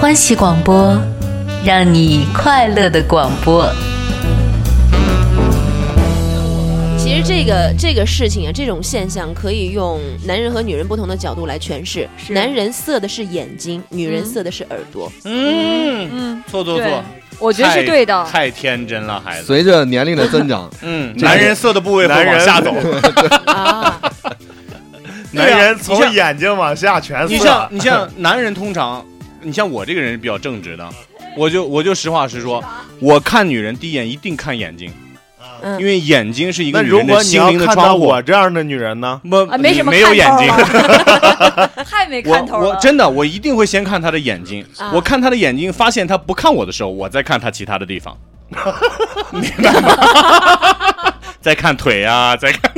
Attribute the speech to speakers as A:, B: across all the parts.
A: 欢喜广播，让你快乐的广播。
B: 其实这个这个事情啊，这种现象可以用男人和女人不同的角度来诠释。
C: 是
B: 男人色的是眼睛，女人色的是耳朵。
D: 嗯，
C: 嗯，
D: 错错
C: 对
D: 错，
C: 我觉得是
D: 太
C: 对的。
D: 太天真了，孩子。
E: 随着年龄的增长，
D: 嗯，
E: 这
D: 男人色的部位会
F: 男
D: 往
F: 人
D: 下 走，
B: 啊，
F: 男人从
D: 对啊
F: 眼睛往下全
D: 你
F: 色，
D: 像你像男人通常，你像我这个人比较正直的，我就我就实话实说，我看女人第一眼一定看眼睛，
B: 嗯
D: 因为眼睛是一
F: 那
D: 个女
F: 如
D: 人
F: 果
D: 的
F: 你
D: 心
F: 要
D: 灵的
F: 看到
D: 窗户。
F: 我这样的女人呢？
D: 不
C: 啊，没什么
D: 没有
C: 看
D: 眼
C: 头
D: 睛，
C: 了太没看头
D: 我
C: 了。
D: 我真的我一定会先看她的眼睛，
B: 啊。
D: 我看她的眼睛，发现她不看我的时候，我再看她其他的地 方，明白吗？再看腿啊，再看，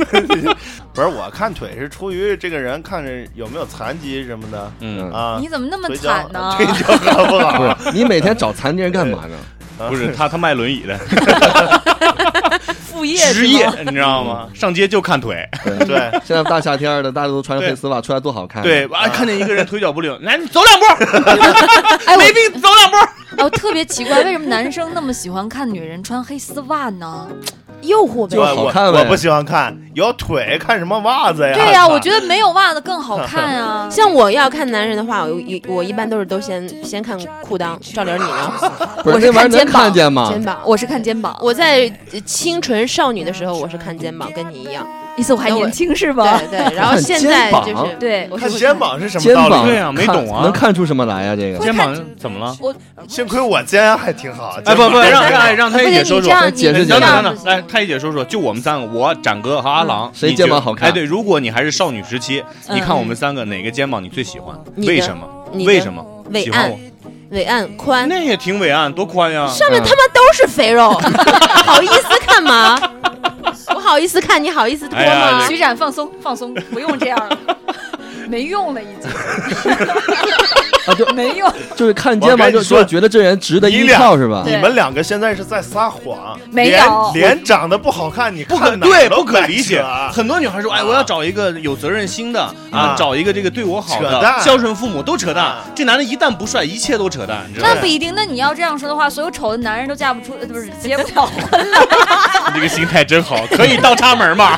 F: 不是，我看腿是出于这个人看着有没有残疾什么的
D: 嗯，
F: 啊。
C: 你怎么那么
F: 腿脚
C: 惨呢？
F: 腿脚可不
E: 不
F: 好
E: 是你每天找残疾人干嘛呢？
F: 啊，
D: 不是他他卖轮椅的
C: 副业是
D: 职
C: 吗
D: 业，你知道吗？
F: 嗯
D: 上街就看腿，
F: 对，
E: 现在大夏天的，大家都穿着黑丝袜出来多好看。
D: 对，，啊，看见一个人腿脚不灵，来，你走两步，
C: 哎，我
D: 没病走两步。
C: 哎我特别奇怪，为什么男生那么喜欢看女人穿黑丝袜呢？诱惑呗
E: 就。好
F: 我
E: 看呗
F: 我不喜欢看有腿，看什么袜子呀？
C: 对呀、
F: 操
C: 我觉得没有袜子更好看啊
B: 像我要看男人的话，我一我一般都是都先先看裤裆。赵玲，你呢？
E: 不
C: 我
E: 是
C: 是
E: 那玩意
C: 看
E: 儿能
C: 肩膀
E: 看见吗？
B: 肩膀。我
C: 我是看肩膀，
B: 我在清纯少女的时候，我是看肩膀，跟你一样。
C: 意思我还年轻是吧？
B: 对对，然后现在就是
C: 对，我
F: 看
C: 是会
F: 肩。膀是什么
E: 肩
F: 道
E: 膀
F: 理？
D: 对啊没懂啊
E: 看能看出什么来呀？这个
D: 肩膀怎么了？
F: 幸亏我肩啊还挺好。
D: 哎，不不，
F: 肩
D: 让
F: 膀
D: 让哎让太医
C: 不
D: 姐
C: 行，
D: 说说。
C: 你这样
E: 哎
C: 你
E: 解
D: 哎
C: 你
E: 释解
C: 这
E: 释
D: 等等
B: 啊
C: 样
D: 等等，
C: 不行
D: 来，太医姐说说，就我们三个，我展哥和阿
B: 嗯
D: 郎，
E: 谁
D: 你觉
E: 肩膀好看
D: 哎，对，如果你还是少女时期，
C: 嗯
D: 你看我们三个哪个肩膀你最喜欢？
B: 你的
D: 为什么？
B: 你的
D: 为什么？
B: 伟
D: 喜欢
B: 岸
D: 我？嗯
B: 伟岸宽，
D: 那也挺伟岸，多宽呀！
B: 上面他妈都是肥肉， 好意思看吗？我好意思看，你好意思脱
D: 哎呀
B: 吗？
C: 啊徐展放松放松，不用这样了，没用了已经。
E: 啊，就
C: 没用，
E: 就是看肩膀
F: 我跟
E: 就
F: 你说
E: 就觉得这人值得
F: 你
E: 依
F: 俩
E: 靠是吧
C: 对？
F: 你们两个现在是在撒谎，
C: 没
F: 脸
C: 有
F: 脸长得不好看，你
D: 不可
F: 看哪
D: 对，
F: 儿
D: 不
F: 都
D: 可
F: 白
D: 理解
F: 扯。
D: 很多女孩说：“哎，我要找一个有责任心的啊
F: 啊，
D: 找一个这个对我好
F: 扯
D: 的，
F: 淡
D: 孝顺父母都扯淡
F: 啊。
D: 这男的一旦不帅，一切都扯淡，你知道
C: 那
D: 吗
C: 不一定。那你要这样说的话，所有丑的男人都嫁不出，呃不是结不了婚。？”
D: 你这个心态真 好，可以倒插门吗？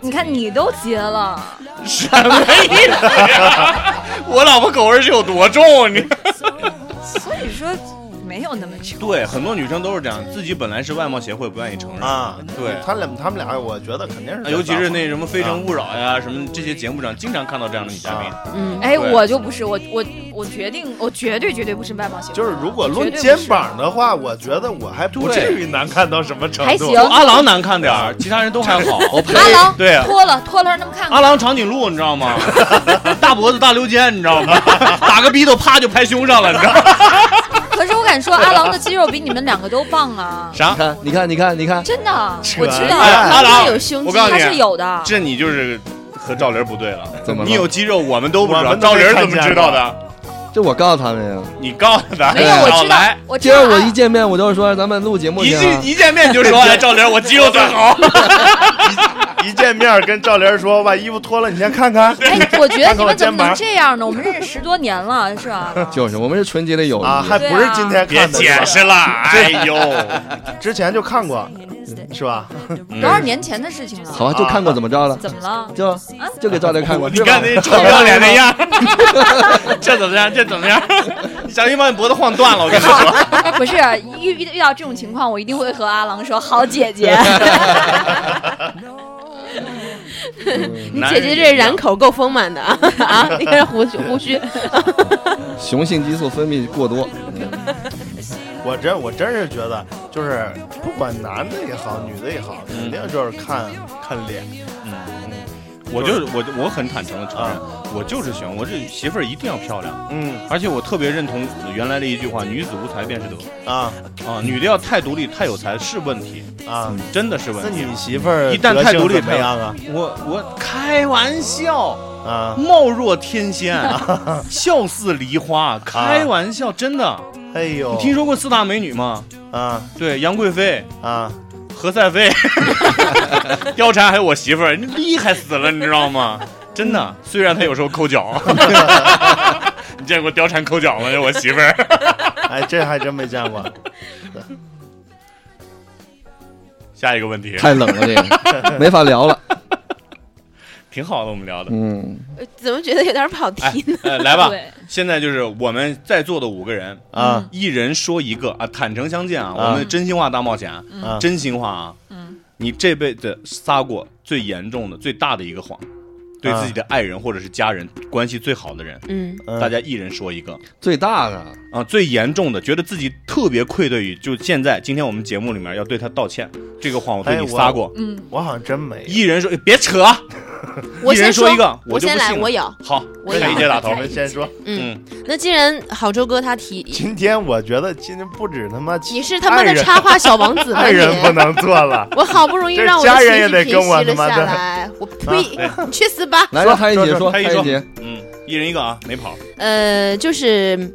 C: 你看你都结了，
D: 什么意思呀？我老婆口味是有多重？你
C: 所以说没有那么丑。
D: 对，很多女生都是这样，自己本来是外貌协会，不愿意承认。
F: 啊，
D: 嗯对
F: 他俩他们俩，我觉得肯定是在撒谎，
D: 尤其是那什么《非诚勿扰》呀，什么这些节目上经常看到这样的女嘉宾。
B: 嗯，
C: 哎，
D: 对
C: 我就不是，我我我决定，我绝对绝对不是外貌协会。
F: 就是如果论
C: 绝对不
F: 肩
C: 是
F: 膀的话，我觉得我还不
D: 对
F: 至于难看到什么程度。
C: 还行
D: 就阿郎难看点儿，其他人都还好。
C: 阿郎
D: 对啊
C: 脱了脱了让他们看
D: 阿
C: 看。
D: 郎长颈鹿，你知道吗？大脖子大溜肩，你知道吗？打个逼斗啪就拍胸上了，你知道吗？
C: 可是我敢说，阿郎的肌肉比你们两个都棒 啊！
E: 你
D: 啥？
E: 看，你看，你看，你看，
C: 真的，啊
F: 扯
C: 我知
D: 哎
C: 道，
D: 阿郎
B: 有胸，肌
D: 我告诉
C: 他是
D: 你，
C: 有的。
D: 这你就是和赵玲不对了。
E: 怎么了
D: 你有肌肉，我们都不知
F: 我
D: 道，
F: 们都
D: 赵
F: 没
D: 玲
F: 看
D: 怎么
F: 见
D: 知道
F: 过
D: 的？
E: 这我告诉他们呀。
D: 你告诉他，
C: 没有，我
D: 老
C: 知道
D: 来，
C: 我知
E: 今儿
C: 道。啊
E: 我一见面，我就说咱们录节目
D: 一
E: 去啊。
D: 见一见面就 说，哎，赵玲，我肌肉最好。
F: 一见面跟赵玲说把衣服脱了，你先看看
C: 哎，我觉得
F: 看看
C: 你
F: 我
C: 们怎么能
F: 肩膀
C: 这样呢？我们认识十多年了，是吧？
E: 就是我们是纯洁的友谊
F: 啊，还不是今天
C: 啊
D: 别
F: 看的，
D: 解释了，哎 呦，
F: 之前就看过，是吧？
C: 多少年前的事情了？
E: 好吧，啊就看过怎么着了，
C: 怎么啊了？
E: 就就给赵玲看过。
D: 你
E: 是吧
D: 看那臭不要脸那样， 这怎么样？这怎么样？ 你小心把你脖子晃断了，我跟你说。
C: 不是遇遇遇到这种情况，我一定会和阿郎说：“好姐姐，
B: 你姐姐这染口够丰满的啊啊！你看胡须胡须，
E: 雄性激素分泌过多，
F: 我真我真是觉得，就是不管男的也好，女的也好，肯定就是看看脸。
D: 我就是我，我很坦诚的承认，我就是喜欢我这媳妇儿一定要漂亮，
F: 嗯
D: 而且我特别认同原来的一句话：“女子无才便是德。
F: 啊”
D: 啊，女的要太独立、太有才是问题，
F: 啊，
D: 真的是
F: 那
D: 问题。
F: 你媳妇儿
D: 一旦太独立
F: 德性怎么样啊？
D: 我我开玩笑，
F: 啊，
D: 貌若天仙，啊 笑似梨花，开玩笑，真的。
F: 哎呦，
D: 你听说过四大美女吗？
F: 啊
D: 对，杨贵妃、
F: 啊，
D: 何赛飞、 貂蝉，还有我媳妇儿， 厉害死了，你知道吗？真的，虽然她有时候抠脚，你见过貂蝉抠脚吗？我媳妇儿。
F: 哎，这还真没 见过。
D: 下一个问题，
E: 太冷了，这个没法聊了。
D: 挺好的，我们聊的。
E: 嗯，
B: 呃 怎么觉得有点跑
D: 哎
B: 题呢？，
D: 呃来吧
C: 对，
D: 现在就是我们在座的五个人，
F: 啊
D: 一人说一个啊，坦诚相见啊，
F: 啊
D: 我们真心话大冒险啊，
F: 啊
D: 真心话啊，
C: 嗯，
D: 你这辈子撒过最严重的、最大的一个谎，对自己的爱人或者是家人关系最好的人，
B: 嗯，
F: 嗯
D: 大家一人说一个
E: 最大的
D: 啊，最严重的，觉得自己特别愧对于，就现在今天我们节目里面要对他道歉，这个谎我对
F: 哎
D: 你
F: 我
D: 撒过，
C: 嗯，
F: 我好像真没
D: 一人说哎别扯，
B: 我
D: 一人
B: 先
D: 说一个，
B: 我
D: 就
B: 先
D: 不
B: 来，
D: 信了
B: 我有。
D: 好，
B: 我
D: 那
B: 有
D: 你接打
F: 我
D: 头，
F: 们先说，
B: 嗯，
D: 嗯，
B: 那既然郝周哥他提，
F: 今天我觉得今天不止他妈
B: 你是他妈
F: 爱
B: 的
F: 人
B: 插花小王子吧
F: 爱
B: 你？，
F: 人不能做了
B: 我好不容易
F: 这
B: 让我
F: 家
B: 的情
F: 人也
B: 绪
F: 得
B: 平
F: 跟
B: 息
F: 我他
B: 了
F: 妈
B: 下
F: 的
B: 来，我呸！你去死吧！
E: 来
F: 说
E: 让太医
F: 说
E: 姐
F: 说
E: 说，太
D: 太医
E: 医
D: 说
E: 姐，
D: 嗯，一人一个啊，没跑，
B: 呃，就是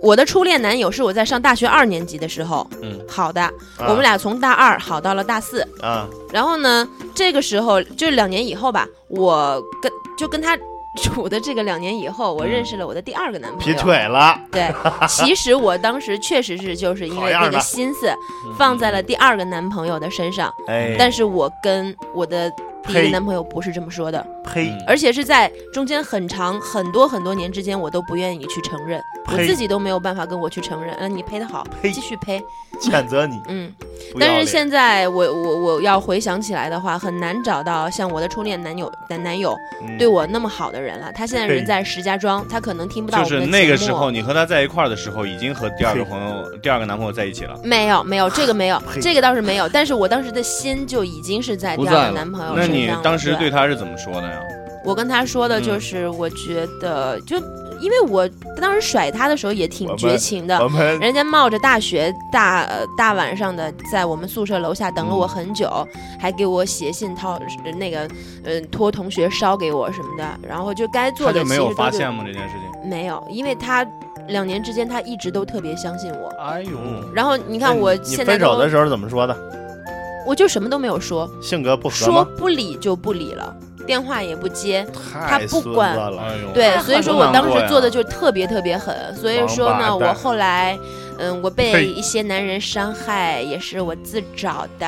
B: 我的初恋男友是我在上大学二年级的时候，
D: 嗯，
B: 好的，
F: 啊
B: 我们俩从大二好到了大四，
F: 啊
B: 然后呢，这个时候就两年以后吧，我跟就跟他 处的这个两年以后，我认识了我的第二个男朋
F: 劈
B: 友。
F: 腿了，
B: 对，其实我当时确实是就是因
F: 好
B: 为
F: 样
B: 那
F: 的
B: 个心思放在
D: 嗯
B: 了第二个男朋友的身上，
F: 哎，
B: 但
F: 是
B: 是我跟我的第一个
F: 呸
B: 男朋友不是这么说的，
F: 呸
D: 嗯
B: 而且是在中间很长很多很多年之间，我都不愿意去承认，我
F: 呸
B: 自己都没有办法跟我去承认。嗯，你赔的好，
F: 呸
B: 继续赔。
F: 谴责你，
B: 嗯，
F: 不要
B: 但是
F: 脸
B: 现在我我我要回想起来的话，很难找到像我的初恋男友男男友
F: 嗯
B: 对我那么好的人了。他现在
F: 呸
B: 人在石家庄，他可能听不到
D: 就
B: 我们
D: 是
B: 的
D: 那
B: 节
D: 个
B: 目
D: 时候，你和他在一块儿的时候，已经和第二个朋友、第二个男朋友在一 起了。
B: 没有没有这个没有
F: 呸
B: 这个倒是没有，但是我当时的心就已经是在
E: 不
B: 第
E: 在
B: 二
E: 了
B: 个男朋友身
D: 那
B: 上了。
D: 你当时
B: 对
D: 对他是怎么说的呀？
B: 我跟他说的就
D: 嗯
B: 是，我觉得就因为我当时甩他的时候也挺
F: 我们
B: 绝情的，
F: 我们
B: 人家冒着大雪大呃大晚上的，在我们宿舍楼下等了我
D: 嗯
B: 很久，还给我写信掏呃那个嗯、托同学捎给我什么的，然后就该做
D: 他
B: 的
D: 就
B: 其
D: 没
B: 实
D: 有
B: 都
D: 发
B: 是
D: 现吗？这件事情？
B: 没有，因为他两年之间他一直都特别相信我。
D: 哎呦
B: 然后你看，我现在
F: 分手的
B: 都
F: 时候怎么说的？
B: 我就什么都没有说，
F: 性格不合
B: 说
F: 吗？
B: 不理就不理了，电话也不接，
F: 太
B: 不
F: 孙子
B: 管
F: 了，
D: 哎呦，
B: 对，
C: 太
B: 所以
C: 狠
B: 说
D: 了
B: 我当
D: 难怪啊
B: 时做的就特别特别狠，所以说呢，
F: 王八
B: 我
F: 蛋
B: 后来，嗯，我被
F: 嘿
B: 一些男人伤害也是我自找的，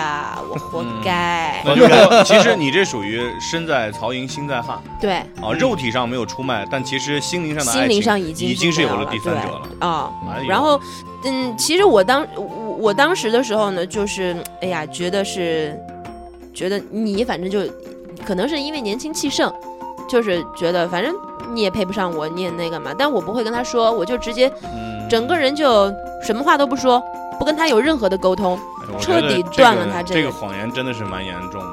B: 我活该。
D: 嗯那就是 说，其实你这属于身在曹营心在汉
B: 对，
D: 啊，肉体上没有出卖，但其实心灵上的爱
B: 心
D: 情
B: 灵上已
D: 已
B: 经
D: 经是
B: 这
D: 有
B: 样
D: 了
B: 了
D: 第三者了。
B: 对啊。
D: 哎呦
B: 然后，嗯，其实我当我我当时的时候呢，就是哎呀，觉得是觉得你反正就可能是因为年轻气盛，就是觉得反正你也配不上我，你也那个嘛，但我不会跟他说，我就直接
D: 嗯
B: 整个人就什么话都不说，不跟他有任何的沟通。
D: 我觉
B: 彻
D: 得
B: 底
D: 这
B: 断
D: 个
B: 了他这
D: 这
B: 个
D: 个谎言真的是蛮严重的，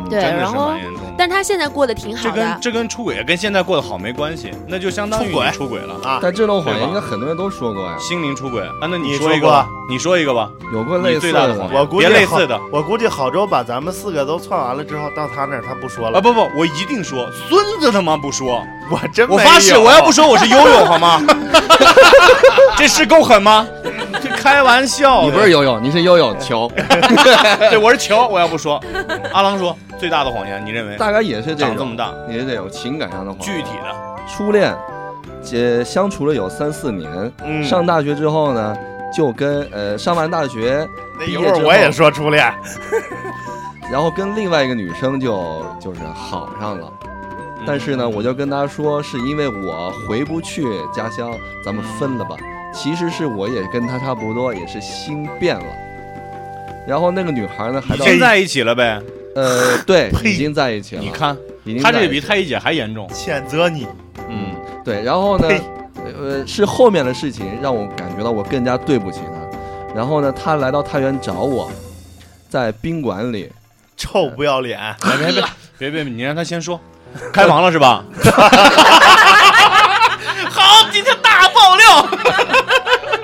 D: 嗯
B: 对，
D: 真的
B: 然
D: 是
B: 后
D: 蛮，严重的。
B: 但他现在过得挺
D: 这
B: 好
D: 跟
B: 的。
D: 这跟出轨跟现在过得好没关系，那就相当于
F: 出轨
D: 你出轨了，
F: 啊，
E: 但这种谎
D: 对
E: 言
D: 吧
E: 应该很多人都说过呀，
D: 心灵出轨啊。那
F: 你
D: 说
F: 说
D: 一个
F: 过
D: 吧，你说一个吧，
E: 有过类
D: 你
E: 似
D: 最大的谎
E: 的。
D: 言，
F: 我估
D: 别
F: 计
D: 类
F: 好
D: 似的。
F: 我估计郝周把咱们四个都窜完了之后，到他那儿他不说
D: 啊
F: 了，
D: 不不，我一定说，孙子他妈不说，
F: 我 真
D: 我
F: 没
D: 发誓，
F: 有
D: 我要不说我是悠悠好吗？ 这是够狠吗？这开玩笑的，
E: 你不是悠悠，你是悠悠球，
D: 对，我是球，我要不说，阿郎说最大的谎言，你认为
E: 大概也是这
D: 长这
E: 种
D: 么，大，
E: 也是这种情感上的谎言。
D: 具体的，
E: 初恋，姐相处了有三四年，
F: 嗯
E: 上大学之后呢，就跟呃上完大学，
F: 那
E: 毕
F: 一
E: 业
F: 会儿
E: 之
F: 我也
E: 后
F: 说初恋，
E: 然后跟另外一个女生就就是好上了。
D: 嗯
E: 但是呢，我就跟她说，是因为我回不去家乡，咱们分了吧。其实是我也跟她差不多，也是心变了。然后那个女孩呢，还
D: 已
E: 到
D: 经在一起了呗？
E: 呃，对，
F: 呸
E: 已经在一起了。
D: 你，看
E: 已经
D: 他
E: 在
D: 这
E: 一
D: 比
E: 起
D: 太医姐还严重，
F: 谴责你，
D: 嗯，
E: 对，然后呢
F: 呸，
E: 呃，是后面的事情让我感觉到我更加对不起她。然后呢，她来到太原找我，在宾馆里，
F: 臭不 要脸，
D: 别别别别别，你让他先说，开房了是吧？ 好，今天大爆料。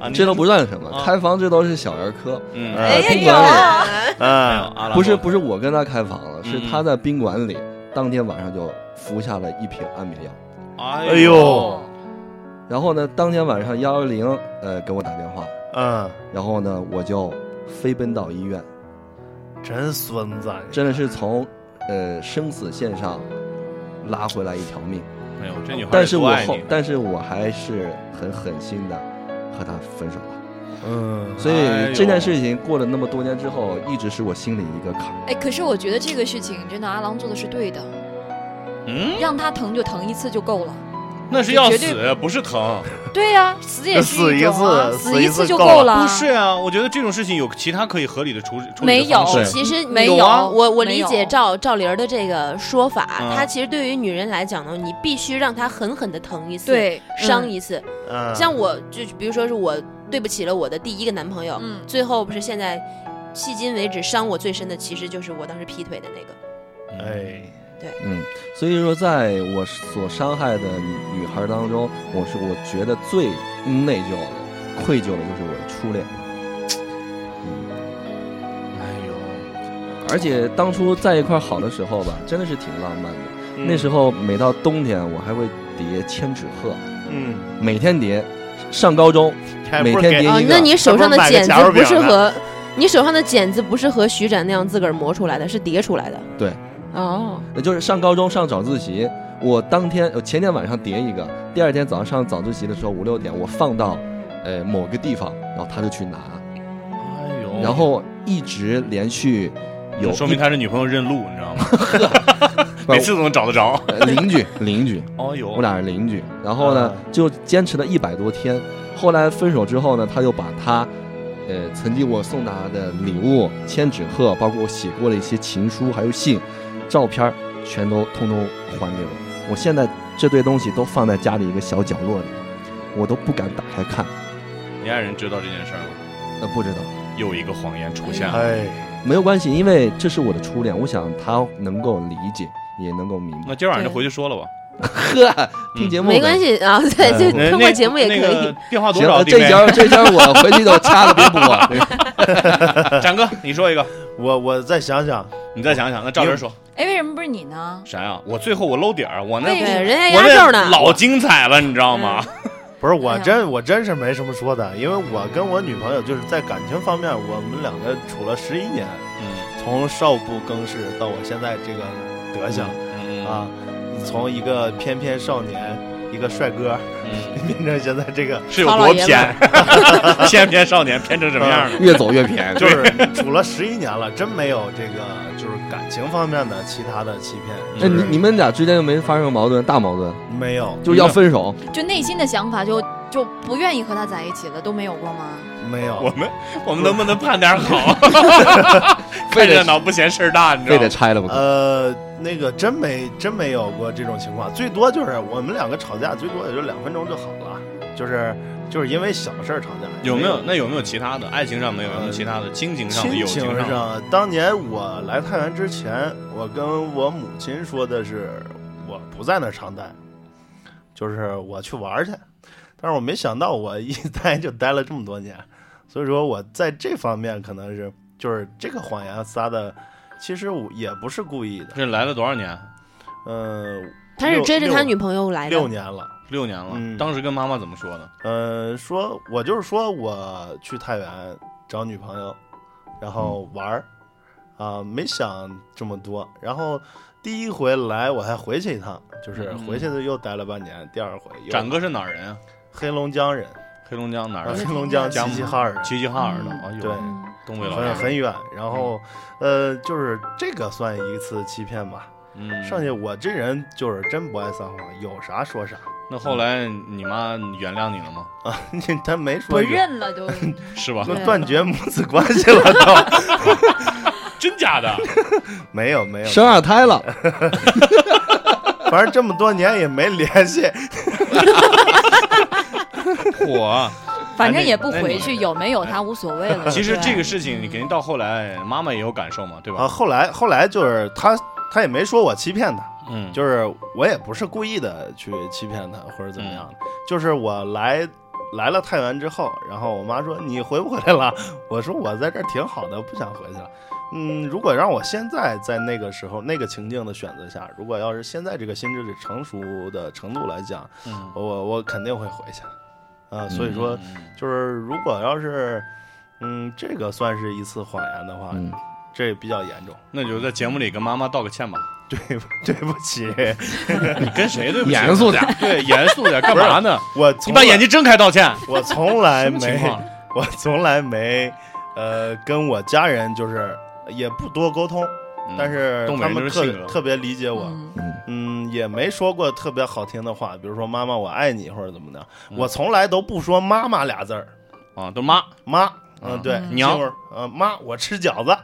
D: 啊，你
E: 这都不算什么
D: 啊，
E: 开房这都是小儿科。呃
D: 嗯，
F: 哎呀
E: 宾馆里
D: 哎呦
F: 嗯，
D: 阿拉
E: 不是
D: 伯
E: 不是我跟她开房了，是
D: 嗯
E: 她在宾馆里，当天晚上就服下了一瓶安眠药。
D: 哎
F: 哎呦，
E: 然后呢，当天晚上幺幺零呃给我打电话，
F: 嗯，
E: 然后呢我就飞奔到医院，
F: 真孙子，
E: 真的是从呃生死线上拉回来一条命。
D: 朋友，这女孩
E: 但
D: 也
E: 是
D: 多
E: 我
D: 爱
E: 后
D: 你，。
E: 但是我还是很狠心的和他分手了。
F: 嗯，
E: 所以
D: 哎呦
E: 这件事情过了那么多年之后，一直是我心里一个坎儿。
C: 哎，可是我觉得这个事情真的阿郎做的是对的，
D: 嗯，
C: 让他疼就疼一次就够了。
D: 那是要
C: 绝对
D: 死，不是
B: 啊
D: 疼。
C: 对呀、死也是
F: 死一
C: 种啊，
F: 次
C: 死
F: 死一
C: 次
F: 次
C: 就
F: 够
C: 够
F: 了
C: 啊
D: 不是啊，我觉得这种事情有其他可以合理的处理处
C: 没
D: 理的
C: 有
D: 方式。
B: 其实
C: 没
B: 你
C: 有
B: 我我
C: 没
B: 理
C: 有
B: 解赵赵玲儿的这个说法，
D: 嗯
B: 她其实对于女人来讲呢，你必须让她狠狠的疼一次，，
C: 对
B: 伤
C: 嗯
B: 一次。
F: 嗯
B: 像我就比如说是我对不起了我的第一个男朋友，
C: 嗯
B: 最后不是现在迄今为止伤我最深的，其实就是我当时劈腿的那个。
F: 哎，
E: 嗯，所以说，在我所伤害的女孩当中，我是我觉得最内疚的、愧疚的就是我的初恋。嗯，
D: 哎呦，
E: 而且当初在一块儿好的时候吧，真的是挺浪漫的。
F: 嗯
E: 那时候每到冬天，我还会叠千纸鹤，
F: 嗯，
E: 每天叠。上高中
F: 还
E: 每
F: 不是
E: 天
F: 给
E: 叠
B: 啊
E: 一，个
B: 那你手上的
F: 还不如买
B: 剪
F: 个
B: 子
F: 夹肉
B: 不
F: 饼
B: 是
F: 呢
B: 和你手上的剪子不是和徐展那样自个儿磨出来的，是叠出来的。
E: 对。
B: 哦，
E: 那就是上高中上早自习，我当天我前天晚上叠一个，第二天早上上早自习的时候五六点，我放到呃某个地方，然后他就去拿，
D: 哎呦，
E: 然后一直连续有
D: 这说明
E: 一
D: 他是女朋友认路，你知道吗？
E: 不
D: 每次都能找得着。
E: 呃邻居邻居，
D: 哦呦，
E: 我俩是邻居，然后呢
F: 啊
E: 就坚持了一百多天，后来分手之后呢，他又把他。呃，曾经我送他的礼物、千纸鹤，包括我写过的一些情书，还有信、照片儿，全都通通还给我。我现在这堆东西都放在家里一个小角落里，我都不敢打开看。
D: 你爱人知道这件事儿吗？
E: 呃，不知道，
D: 又一个谎言出现了。
F: 哎，
E: 没有关系，因为这是我的初恋，我想他能够理解，也能够明白
D: 那。今晚上就回去说了吧。
E: 呵， 听节目呗
B: 没关。系啊，对，就
D: 那
B: 通过节目也可以。
D: 嗯那个电话多
E: 行，
D: 少？
E: 呃
D: 弟
E: 这
D: 妹
E: 节儿这节儿我回去就掐了，别播。
D: 展哥，你说一个，
F: 我我再想想，
D: 你再想想。那赵人说
C: 哎，为什么不是你呢？
D: 啥呀？我最后我搂底儿，我那
C: 为
B: 对，人家
D: 我
B: 哎压轴
D: 那
B: 呢。
D: 老精彩了，你知道吗？
F: 不是我
C: 呀
F: 真我真是没什么说的，因为我跟我女朋友就是在感情方面，我们两个处了十一年，
D: 嗯
F: 从少不更事到我现在这个德行
D: 嗯
F: 啊，从一个翩翩少年，一个帅哥，
D: 嗯，
F: 变成现在这个，
D: 是有多偏？偏 偏少年偏成什么样了？
E: 越走越偏，
F: 就是处了十一年了，真没有这个就是感情方面的其他的欺骗，
E: 那
F: 就
E: 哎你
F: 是
E: 你们俩之间又没发生矛盾，大矛盾，
F: 没有
E: 就是要分手。
C: 就内心的想法就就不愿意和他在一起了，都没有过吗？
F: 没有，
D: 嗯我们我们能不能盼点 好？看
E: 非得
D: 热闹不嫌事儿大，你知
E: 非
D: 道吗？
E: 得拆了吧？
F: 呃，那个真没真没有过这种情况，最多就是我们两个吵架，最多也就两分钟就好了，就是就是因为小事儿吵架。
D: 有没有？
F: 也
D: 那有没有其他的？爱情上没有，有没有其他的？亲情上的，
F: 亲
D: 友
F: 情
D: 情上的？
F: 上，当年我来太原之前，我跟我母亲说的是我不在那儿常待，就是我去玩儿去。但是我没想到我一待就待了这么多年，所以说我在这方面可能是就是这个谎言撒的，其实我也不是故意的。
D: 这来了多少年？
F: 嗯、
B: 他是追着他
F: 六
B: 女朋友来的
F: 六。年了。
D: 六年了。
F: 嗯
D: 当时跟妈妈怎么说的？
F: 呃，说我就是说我去太原找女朋友，然后
C: 嗯
F: 玩儿，啊、没想这么多。然后第一回来我还回去一趟，就是
D: 嗯
F: 回去又待了半年。第二回又
D: 展哥是哪儿人啊？
F: 黑龙江人，
D: 黑龙江哪儿
F: 啊
D: 的
F: 黑？龙江
D: 江
F: 齐齐哈尔人，
D: 齐齐哈尔的。
C: 嗯
D: 哎呦，
F: 对，
D: 东北老
F: 很
D: 乡。
F: 很远。然后，呃，就是这个算一次欺骗吧。
D: 嗯，
F: 剩下我这人就是真不爱撒谎，有啥说啥。
D: 那后来你妈原谅你了吗？
F: 他没
C: 不
F: 说
C: 认了 都，
D: 是吧？
F: 就
C: 对
F: 断绝母子关系了都，
D: 真假 的？
F: 没有没有，
E: 生二胎了，
F: 反正这么多年也没联系，
D: 我
C: 反正也不
D: 那
C: 回
D: 你
C: 去，有没有他无所谓了。
D: 其实
C: 对
D: 这个事情，你肯定到后来，妈妈也有感受嘛，对
F: 啊，
D: 吧？
F: 后来后来就是他，他也没说我欺骗他，
D: 嗯，
F: 就是我也不是故意的去欺骗他或者怎么样的，就是我来来了太原之后，然后我妈说你回不回来了？ 我说我在这儿挺好的，不想回去了。嗯，如果让我现在在那个时候那个情境的选择下，如果要是现在这个心智成熟的程度来讲，
D: 嗯
F: 我我肯定会回去，啊，所以说
D: 嗯
F: 就是如果要是，嗯，这个算是一次谎言的话，
E: 嗯，
F: 这比较严重。
D: 那就在节目里跟妈妈道个歉吧。
F: 对对不起，
D: 你跟谁对不起？
E: 严肃点，
D: 对，严肃点，干嘛呢？
F: 我
D: 你把眼
F: 睛，
D: 睛睁开道歉。
F: 我从来
D: 什么情
F: 没，
D: 况？啊
F: 我从来没，呃，跟我家人就是也不多沟通，
D: 嗯
F: 但是
D: 东北
F: 他
D: 人就
F: 们
D: 是
F: 特
D: 性格
F: 特别理解我，
C: 嗯
F: 嗯，也没说过特别好听的话，比如说“妈妈我爱你”或者怎么的，
D: 嗯
F: 我从来都不说“妈妈”俩字儿，
D: 啊，都妈，
F: 妈。
D: 啊
F: 嗯，对，
D: 娘
F: 就是，呃，妈，我吃饺子，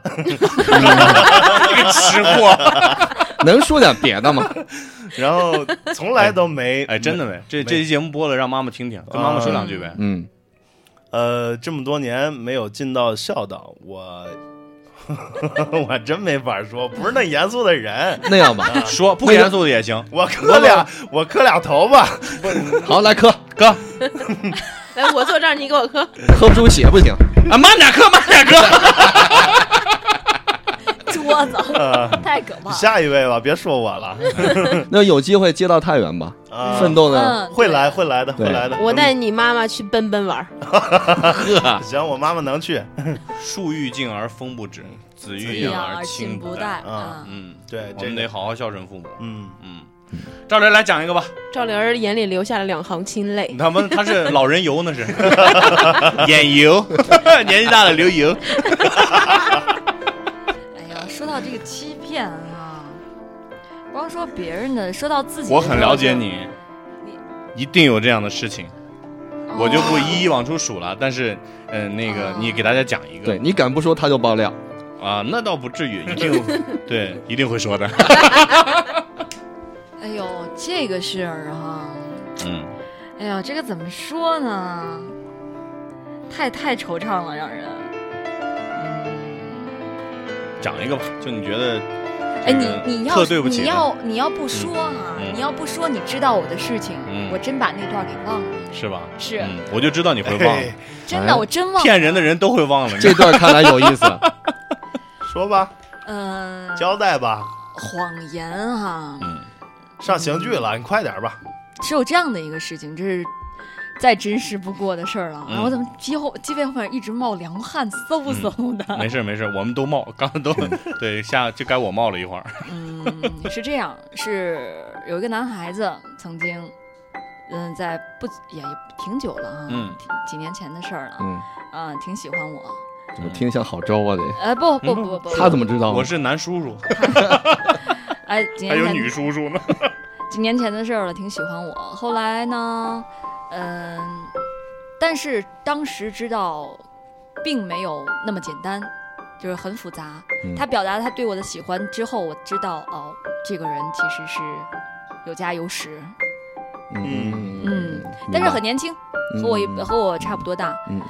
D: 这个吃货。
E: 能说点别的吗？
F: 然后从来都没，
D: 哎，真的
F: 没，
D: 没，这这期节目播了，让妈妈听听，跟妈妈说两句呗。
E: 嗯，
F: 呃，这么多年没有尽到孝道，我， 我真没法说，不是那严肃的人，
E: 那样吧，
D: 说不严肃的也行，
F: 我磕俩，我磕俩头发，
E: 好，来磕，
D: 哥啊
B: 来，我坐这儿，你给我喝。
D: 嗯
E: 磕不出血不行。
D: 啊，慢点磕，慢点磕。
C: 桌子
F: 呃，
C: 太可怕了。
F: 下一位吧，别说我了，
E: 那有机会接到太原吧，
F: 啊，
E: 奋斗的
C: 嗯，
F: 会来会来的，会
E: 对
F: 来的，
B: 我带你妈妈去奔奔玩儿，
D: 呵，
F: 行，我妈妈能去，
D: 树欲静而风不止，子欲
C: 一
D: 养
C: 养而
D: 亲
C: 亲
D: 不
C: 不
D: 待。
C: 待
F: 啊
C: 啊！
D: 嗯，
F: 对，
D: 我
F: 这
D: 们
F: 个
D: 得好好孝顺父母。
F: 嗯，
D: 嗯，赵雷来讲一个吧。
B: 赵灵儿眼里流下了两行清泪。
D: 他们他是老人油那是， 眼油， 年纪大了流油。
C: 哎呀，说到这个欺骗啊，光说别人的，说到自己，
D: 我很了解，你，一定有这样的事情，我就不
C: 哦
D: 一一往出数了。但是，嗯、那个
C: 哦
D: 你给大家讲一个，
E: 对你敢不说他就爆料。
D: 啊，那倒不 至于，一定对，一定会说 的。
C: 哎呦，这个事儿啊，
D: 嗯，
C: 哎呀，这个怎么说呢？太太惆怅了，让人。嗯，
D: 讲一个吧，就你觉得
C: 哎，你你要
D: 特对不起
C: 你
D: 的
C: 要你要不说哈、
D: 嗯
C: 你要不说你知道我的事情，
D: 嗯
C: 我真把那段给忘了，
D: 是吧？
C: 是
D: 嗯，我就知道你会忘，
F: 嘿
C: 真
E: 哎
C: 的，我真忘 了。
D: 骗人的人都会忘了。
E: 这段看来有意思，
F: 说吧，
C: 嗯、
F: 交代吧，
C: 谎言哈、
D: 嗯，
F: 上刑具了，你快点吧，
C: 是有这样的一个事情，这是再真实不过的事儿了。
D: 嗯
C: 然后我怎么鸡后鸡背后面一直冒凉汗，嗖嗖的。
D: 没事没事，我们都冒，刚 才都对，下就该我冒了一会儿。
C: 嗯，是这样，是有一个男孩子曾经，嗯，在不也挺久了啊，
D: 嗯
C: 挺几年前的事儿了，
E: 嗯，
C: 啊、挺喜欢我。
E: 怎么听像好粥啊？这
C: 呃，不不不不不，
E: 他怎么知道？
D: 我是男叔叔，
C: 哎，几
D: 还
C: 年
D: 有
C: 前
D: 女叔叔呢。
C: 几年前的事儿了，挺喜欢我。后来呢，嗯、但是当时知道，并没有那么简单，就是很复杂。
E: 嗯
C: 他表达他对我的喜欢之后，我知道哦，这个人其实是有家有室，
E: 嗯
C: 嗯，但是很年轻，和我一
E: 嗯
C: 和我差不多大。
E: 嗯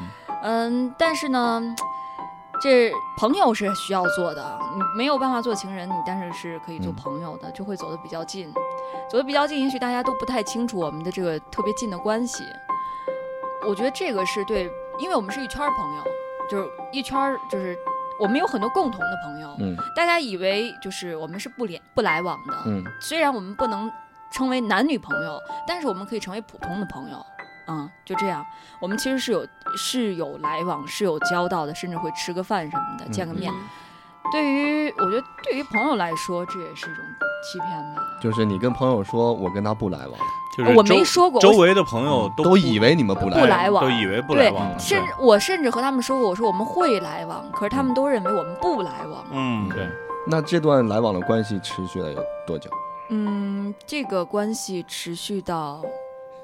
C: 嗯，但是呢，这朋友是需要做的，你没有办法做情人，你但是是可以做
E: 嗯
C: 朋友的，就会走得比较近，走得比较近，也许大家都不太清楚我们的这个特别近的关系。我觉得这个是对，因为我们是一圈儿朋友，就是一圈儿就是我们有很多共同的朋友，
E: 嗯
C: 大家以为就是我们是不联不来往的，
E: 嗯
C: 虽然我们不能成为男女朋友，但是我们可以成为普通的朋友。嗯，就这样，我们其实是有是有来往，是有交道的，甚至会吃个饭什么的，
E: 嗯
C: 见个面。
B: 嗯
C: 对于我觉得，对于朋友来说，这也是一种欺骗吧。
E: 就是你跟朋友说我跟他不来往，
D: 就是
C: 哦我
D: 周
C: 没说过，
D: 周
C: 我
D: 围的朋友都
E: 嗯都以为你们不来
C: 不来往
D: 都以为不
C: 对
D: 来往了。
C: 甚至我甚至和他们说过，我说我们会来往，可是他们都认为我们不来往。
F: 嗯
D: 对
E: 那这段来往的关系持续了有多久？
C: 嗯，这个关系持续到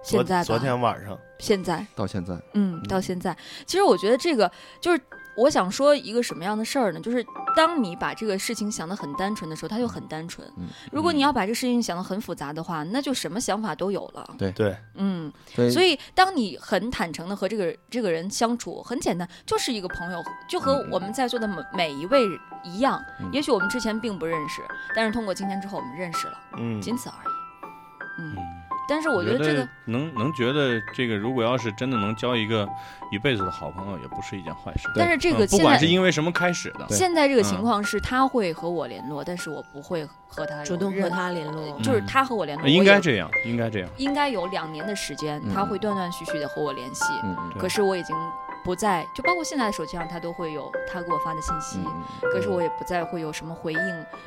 F: 昨
C: 现在吧，
F: 昨天晚上，
C: 现在。
E: 到现在？
C: 嗯，到现在，其实我觉得这个就是我想说一个什么样的事儿呢？就是当你把这个事情想得很单纯的时候，它就很单纯；
E: 嗯
C: 如果你
D: 嗯
C: 要把这个事情想得很复杂的话，那就什么想法都有了。
F: 对，
C: 嗯，
E: 所以
C: 所以当你很坦诚的和这个这个人相处，很简单，就是一个朋友，就和
E: 嗯嗯
C: 我们在座的每每一位一样。
E: 嗯
C: 也许我们之前并不认识，但是通过今天之后，我们认识了，
F: 嗯，
C: 仅此而已。嗯，
D: 嗯
C: 但是我觉得这个，
D: 能能觉得这个，如果要是真的能交一个一辈子的好朋友，也不是一件坏事。
C: 但是这个
D: 嗯不
C: 现
D: 管
C: 在
D: 是。因为什么开始的，
C: 现在这个情
D: 嗯
C: 况是他会和我联络，但是我不会和他有
B: 主动和
C: 任
B: 他联络，
C: 就是
D: 嗯
C: 他和我联络，
D: 应
C: 我
D: 该
C: 有
D: 这样，应该这样。
C: 应该有两年的时间
E: 嗯，
C: 他会断断续续的和我联系，
E: 嗯
C: 可是我已经不再，就包括现在的手机上，他都会有他给我发的信息，
E: 嗯
C: 可是我也不再会有什么回应，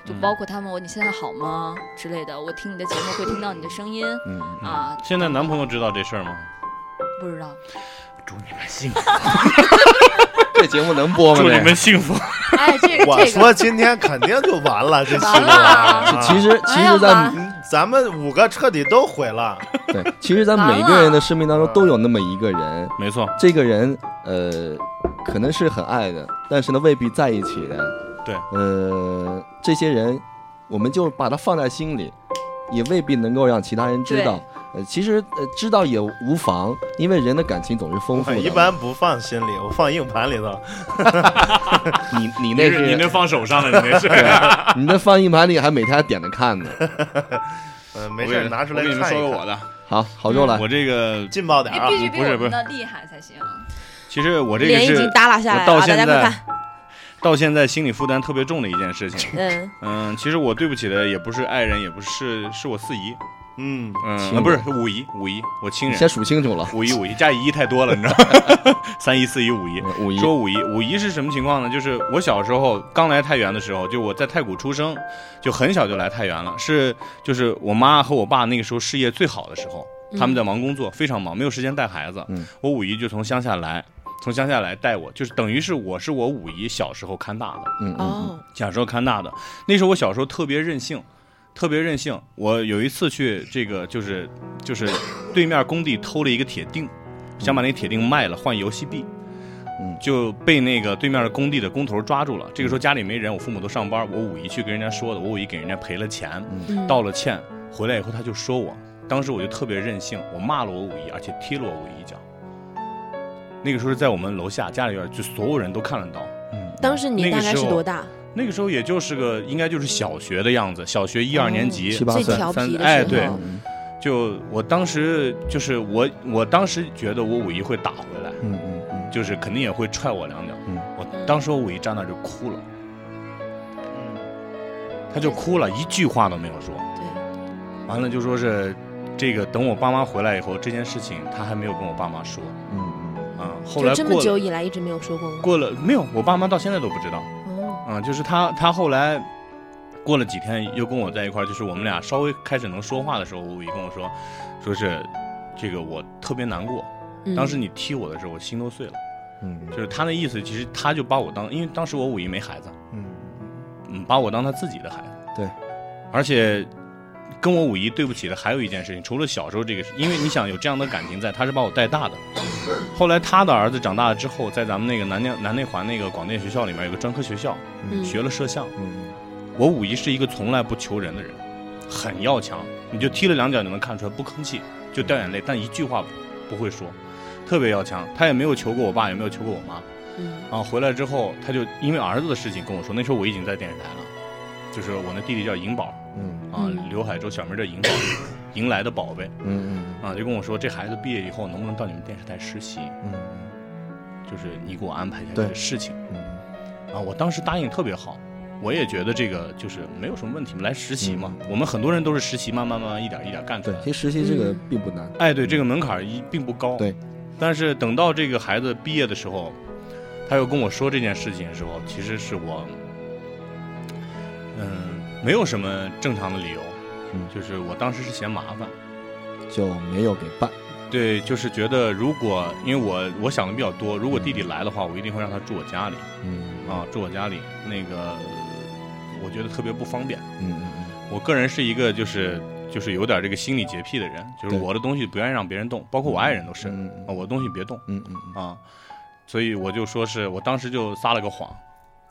C: 就
D: 嗯
C: 包括他们我你现在好吗之类的，我听你的节目会听到你的声音
E: 嗯，
C: 啊，
D: 现在男朋友知道这事儿吗？
C: 不知
D: 嗯
C: 道，
D: 祝你们幸福，
E: 这节目能播吗？
D: 祝你
E: 这
D: 们幸福。
C: 哎，这
F: 我
C: 这个
F: 说今天肯定就完了，这期
C: 完
F: 目
C: 了啊
F: 啊
E: 其实，其
C: 哎呀
E: 实，在
C: 妈
F: 嗯咱们五个彻底都毁了，
E: 对，其实，在每个人的生命当中都有那么一个人，
D: 没错，
E: 这个人，呃，可能是很爱的，但是呢，未必在一起的。
D: 对，
E: 呃，这些人，我们就把他放在心里，也未必能够让其他人知道。呃，其实，呃，知道也无妨，因为人的感情总是丰富
F: 我
E: 的。
F: 哎一般不放心里，我放硬盘里头。
E: 你你
D: 你
E: 那
D: 是你
E: 是
D: 那放手上了，你 那是。
E: 你那放硬盘里还每天还点着看呢。
F: 嗯，没事，拿出来
D: 我给你们
F: 看
D: 说
F: 一
D: 个我
F: 看，
D: 的，
E: 好，好肉来，
D: 我这个
F: 劲爆点
C: 你
F: 啊！
C: 哎必须比
D: 不是
C: 我
D: 不是
C: 们的厉害才行。
D: 其实我这个
B: 脸已经
D: 是
B: 耷拉下来
D: 我
B: 了，
D: 到
B: 啊，大
D: 现
B: 家快
D: 在
B: 看，
D: 到现在心理负担特别重的一件事情。
B: 嗯，
D: 嗯，其实我对不起的也不是爱人，也不是是我四姨，
F: 嗯，
D: 嗯，
E: 亲
D: 啊
E: 人
D: 不是是五姨，五姨，我亲
E: 你
D: 人
E: 先，数清楚了。
D: 五姨五姨加姨太多了，你知道吗？ 三姨四姨五姨，
E: 嗯五一
D: 说五一，五一是什么情况呢？就是我小时候刚来太原的时候，就我在太谷出生，就很小就来太原了。是就是我妈和我爸那个时候事业最好的时候，他们在忙工作，非常忙，没有时间带孩子。
E: 嗯
D: 我五一就从乡下来，从乡下来带我，就是等于是我是我五一小时候看大的。
E: 嗯嗯嗯，
B: 哦，
D: 小时候看大的，那时候我小时候特别任性，特别任性。我有一次去这个就是就是对面工地偷了一个铁锭，想把那铁锭卖了换游戏币，
E: 嗯
D: 就被那个对面的工地的工头抓住了。这个时候家里没人，我父母都上班，我五一去跟人家说的，我五一给人家赔了钱，
B: 嗯
D: 道了歉，回来以后他就说我，当时我就特别任性，我骂了我五一，而且踢了我五一一脚。那个时候是在我们楼下家里院，就所有人都看得到。
B: 当时你
D: 那个
B: 大概
D: 时
B: 是
D: 候
B: 多大？
D: 那个时候也就是个应该就是小学的样子，小学一二年级，
E: 嗯七八
B: 最
E: 岁。
B: 调皮的时候，
D: 哎对
E: 嗯
D: 就我当时就是我我当时觉得我五一会打回来，
E: 嗯嗯嗯，
D: 就是肯定也会踹我两脚。
E: 嗯
D: 我当时我五一站那儿就哭了，
B: 嗯
D: 他就哭了，一句话都没有说。
B: 对，
D: 完了就说是这个等我爸妈回来以后，这件事情他还没有跟我爸妈说
E: 嗯嗯
D: 啊、后来
B: 就这么
D: 过
B: 久
D: 了
B: 以来一直没有说过吗？
D: 过了没有，我爸妈到现在都不知道。
B: 哦，
D: 啊，就是他，他后来过了几天又跟我在一块儿，就是我们俩稍微开始能说话的时候，五一跟我说，说是这个我特别难过，
B: 嗯
D: 当时你踢我的时候，我心都碎了。
E: 嗯
D: 就是他那意思，其实他就把我当，因为当时我五一没孩子，
E: 嗯，
D: 嗯，把我当他自己的孩子。
E: 对，
D: 而且跟我五一对不起的还有一件事情，除了小时候这个事，因为你想有这样的感情在，他是把我带大的。后来他的儿子长大了之后，在咱们那个南江南内环那个广电学校里面有个专科学校，
B: 嗯
D: 学了摄像。
E: 嗯
D: 我五一是一个从来不求人的人，很要强，你就踢了两脚就能看出来，不吭气，就掉眼泪，但一句话不会说，特别要强。他也没有求过我爸，也没有求过我妈。
B: 嗯
D: 啊，回来之后他就因为儿子的事情跟我说，那时候我已经在电视台了，就是我那弟弟叫银宝
E: 嗯
D: 啊
B: 嗯，
D: 刘海洲小名叫银宝，迎来的宝贝
E: 嗯嗯
D: 啊，就跟我说这孩子毕业以后能不能到你们电视台实习，
E: 嗯
D: 就是你给我安排一下
E: 对
D: 这个事情
E: 嗯，
D: 啊。我当时答应特别好，我也觉得这个就是没有什么问题，来实习嘛，我们很多人都是实习，慢慢慢慢一点一点干出
E: 嗯对
D: 来，的
E: 其。实实习这个并不难。
D: 哎，对，这个门槛儿一并不高。
E: 对，
D: 但是等到这个孩子毕业的时候，他又跟我说这件事情的时候，其实是我，嗯，没有什么正常的理由，
E: 嗯
D: 就是我当时是嫌麻烦，
E: 就没有给办。
D: 对，就是觉得如果因为我我想的比较多，如果弟弟来的话，我一定会让他住我家里
E: 嗯
D: 啊，住我家里，那个我觉得特别不方便。
E: 嗯嗯
D: 我个人是一个就是就是有点这个心理洁癖的人，就是
E: 对
D: 我的东西不愿意让别人动，包括我爱人都是。
E: 嗯
D: 啊，我的东西别动
E: 嗯嗯
D: 啊，所以我就说是我当时就撒了个谎，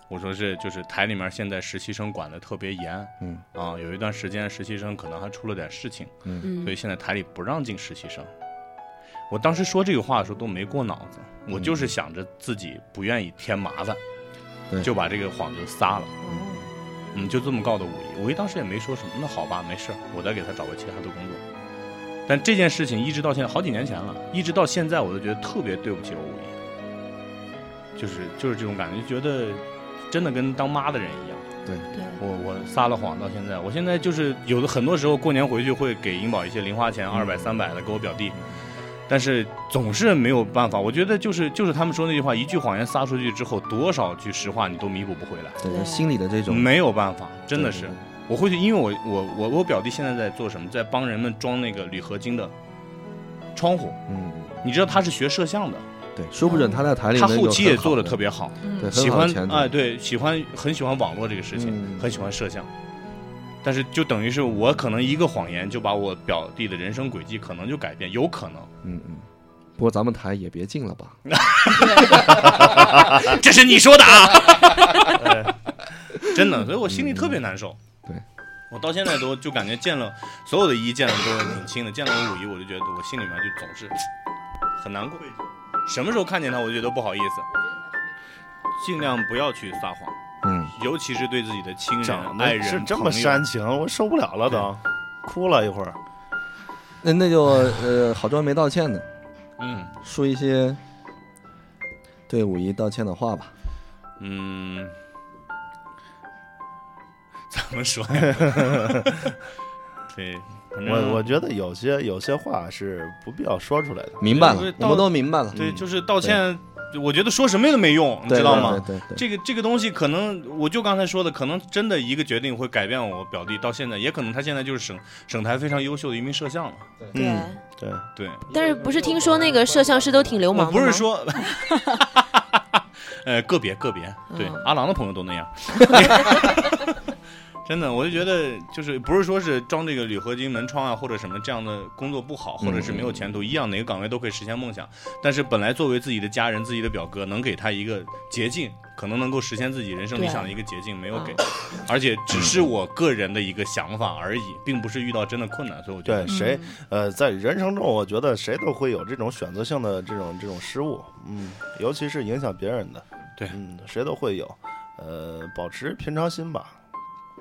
D: 我说是就是台里面现在实习生管的特别严
E: 嗯
D: 啊，有一段时间实习生可能还出了点事情，所
B: 嗯
D: 以现在台里不让进实习生。我当时说这个话的时候都没过脑子，我
E: 嗯
D: 就是想着自己不愿意添麻烦，
E: 对
D: 就把这个谎就撒了。
B: 哦
D: 嗯，就这么告的五一。五一当时也没说什么，那好吧，没事儿，我再给他找个其他的工作。但这件事情一直到现在好几年前了，一直到现在我都觉得特别对不起我五一，就是就是这种感觉，觉得真的跟当妈的人一样。
B: 对，
D: 我我撒了谎到现在，我现在就是有的很多时候过年回去会给银宝一些零花钱，二百三百的给我表弟，但是总是没有办法。我觉得就是就是他们说那句话，一句谎言撒出去之后，多少句实话你都弥补不回来，
E: 对，就心里的这种
D: 没有办法，真的是
E: 对。
D: 我会去，因为我我我我表弟现在在做什么，在帮人们装那个铝合金的窗户。
E: 嗯，
D: 你知道他是学摄像的，
E: 对，说不准他在台里
D: 他
E: 能
D: 后
E: 有
D: 期
E: 很
D: 也
E: 好
D: 做的
E: 的
D: 特别好，
E: 对，
D: 喜
E: 很好的
D: 欢
E: 前途
D: 哎，对，喜欢很喜欢网络这个事情，
E: 嗯
D: 很喜欢摄像，但是就等于是我可能一个谎言就把我表弟的人生轨迹可能就改变，有可能，
E: 嗯嗯。不过咱们台也别进了吧，
D: 这是你说的 啊，真的，所以我心里特别难受。
F: 嗯
E: 对，
D: 我到现在都就感觉见了所有的一见了都挺亲的，见了我五一我就觉得我心里面就总是很难过，什么时候看见他我就觉得不好意思，尽量不要去撒谎。
E: 嗯，
D: 尤其是对自己的亲
F: 长
D: 人、爱
F: 得
D: 人、
F: 是这么
D: 朋友嗯
F: 煽情，我受不了了都，哭了一会儿。
E: 那那就呃，好妆没道歉呢，
D: 嗯
E: 说一些对五一道歉的话吧。
D: 嗯， 怎么说呀？ 对，反正
F: 我我觉得有些有些话是不必要说出来的。
E: 明白了
D: 对，
E: 我
D: 道
E: 们都明白了，
D: 对，
E: 嗯
D: 就是道歉，我觉得说什么都没用，你
E: 对
D: 知道吗？
E: 对对对，
D: 这个这个东西，可能我就刚才说的，可能真的一个决定会改变我表弟到现在，也可能他现在就是省省台非常优秀的一名摄像了。
B: 对，
F: 嗯，对，
D: 对，
B: 但是不是听说那个摄像师都挺流
D: 我
B: 氓的
D: 不
B: 吗
D: 是说，呃，个别个别，对，
B: 嗯
D: 阿郎的朋友都那样。 真的，我就觉得就是不是说是装这个铝合金门窗啊，或者什么这样的工作不好，或者是
B: 嗯
D: 没有前途，一样哪个岗位都可以实现梦想。但是本来作为自己的家人、自己的表哥，能给他一个捷径，可能能够实现自己人生理想的一个捷径，没
B: 嗯
D: 有给，而且只是我个人的一个想法而已，并不是遇到真的困难，所以我觉得
F: 对，谁呃，在人生中，我觉得谁都会有这种选择性的这种这种失误，嗯，尤其是影响别人的，
D: 对
F: 嗯，谁都会有，呃，保持平常心吧，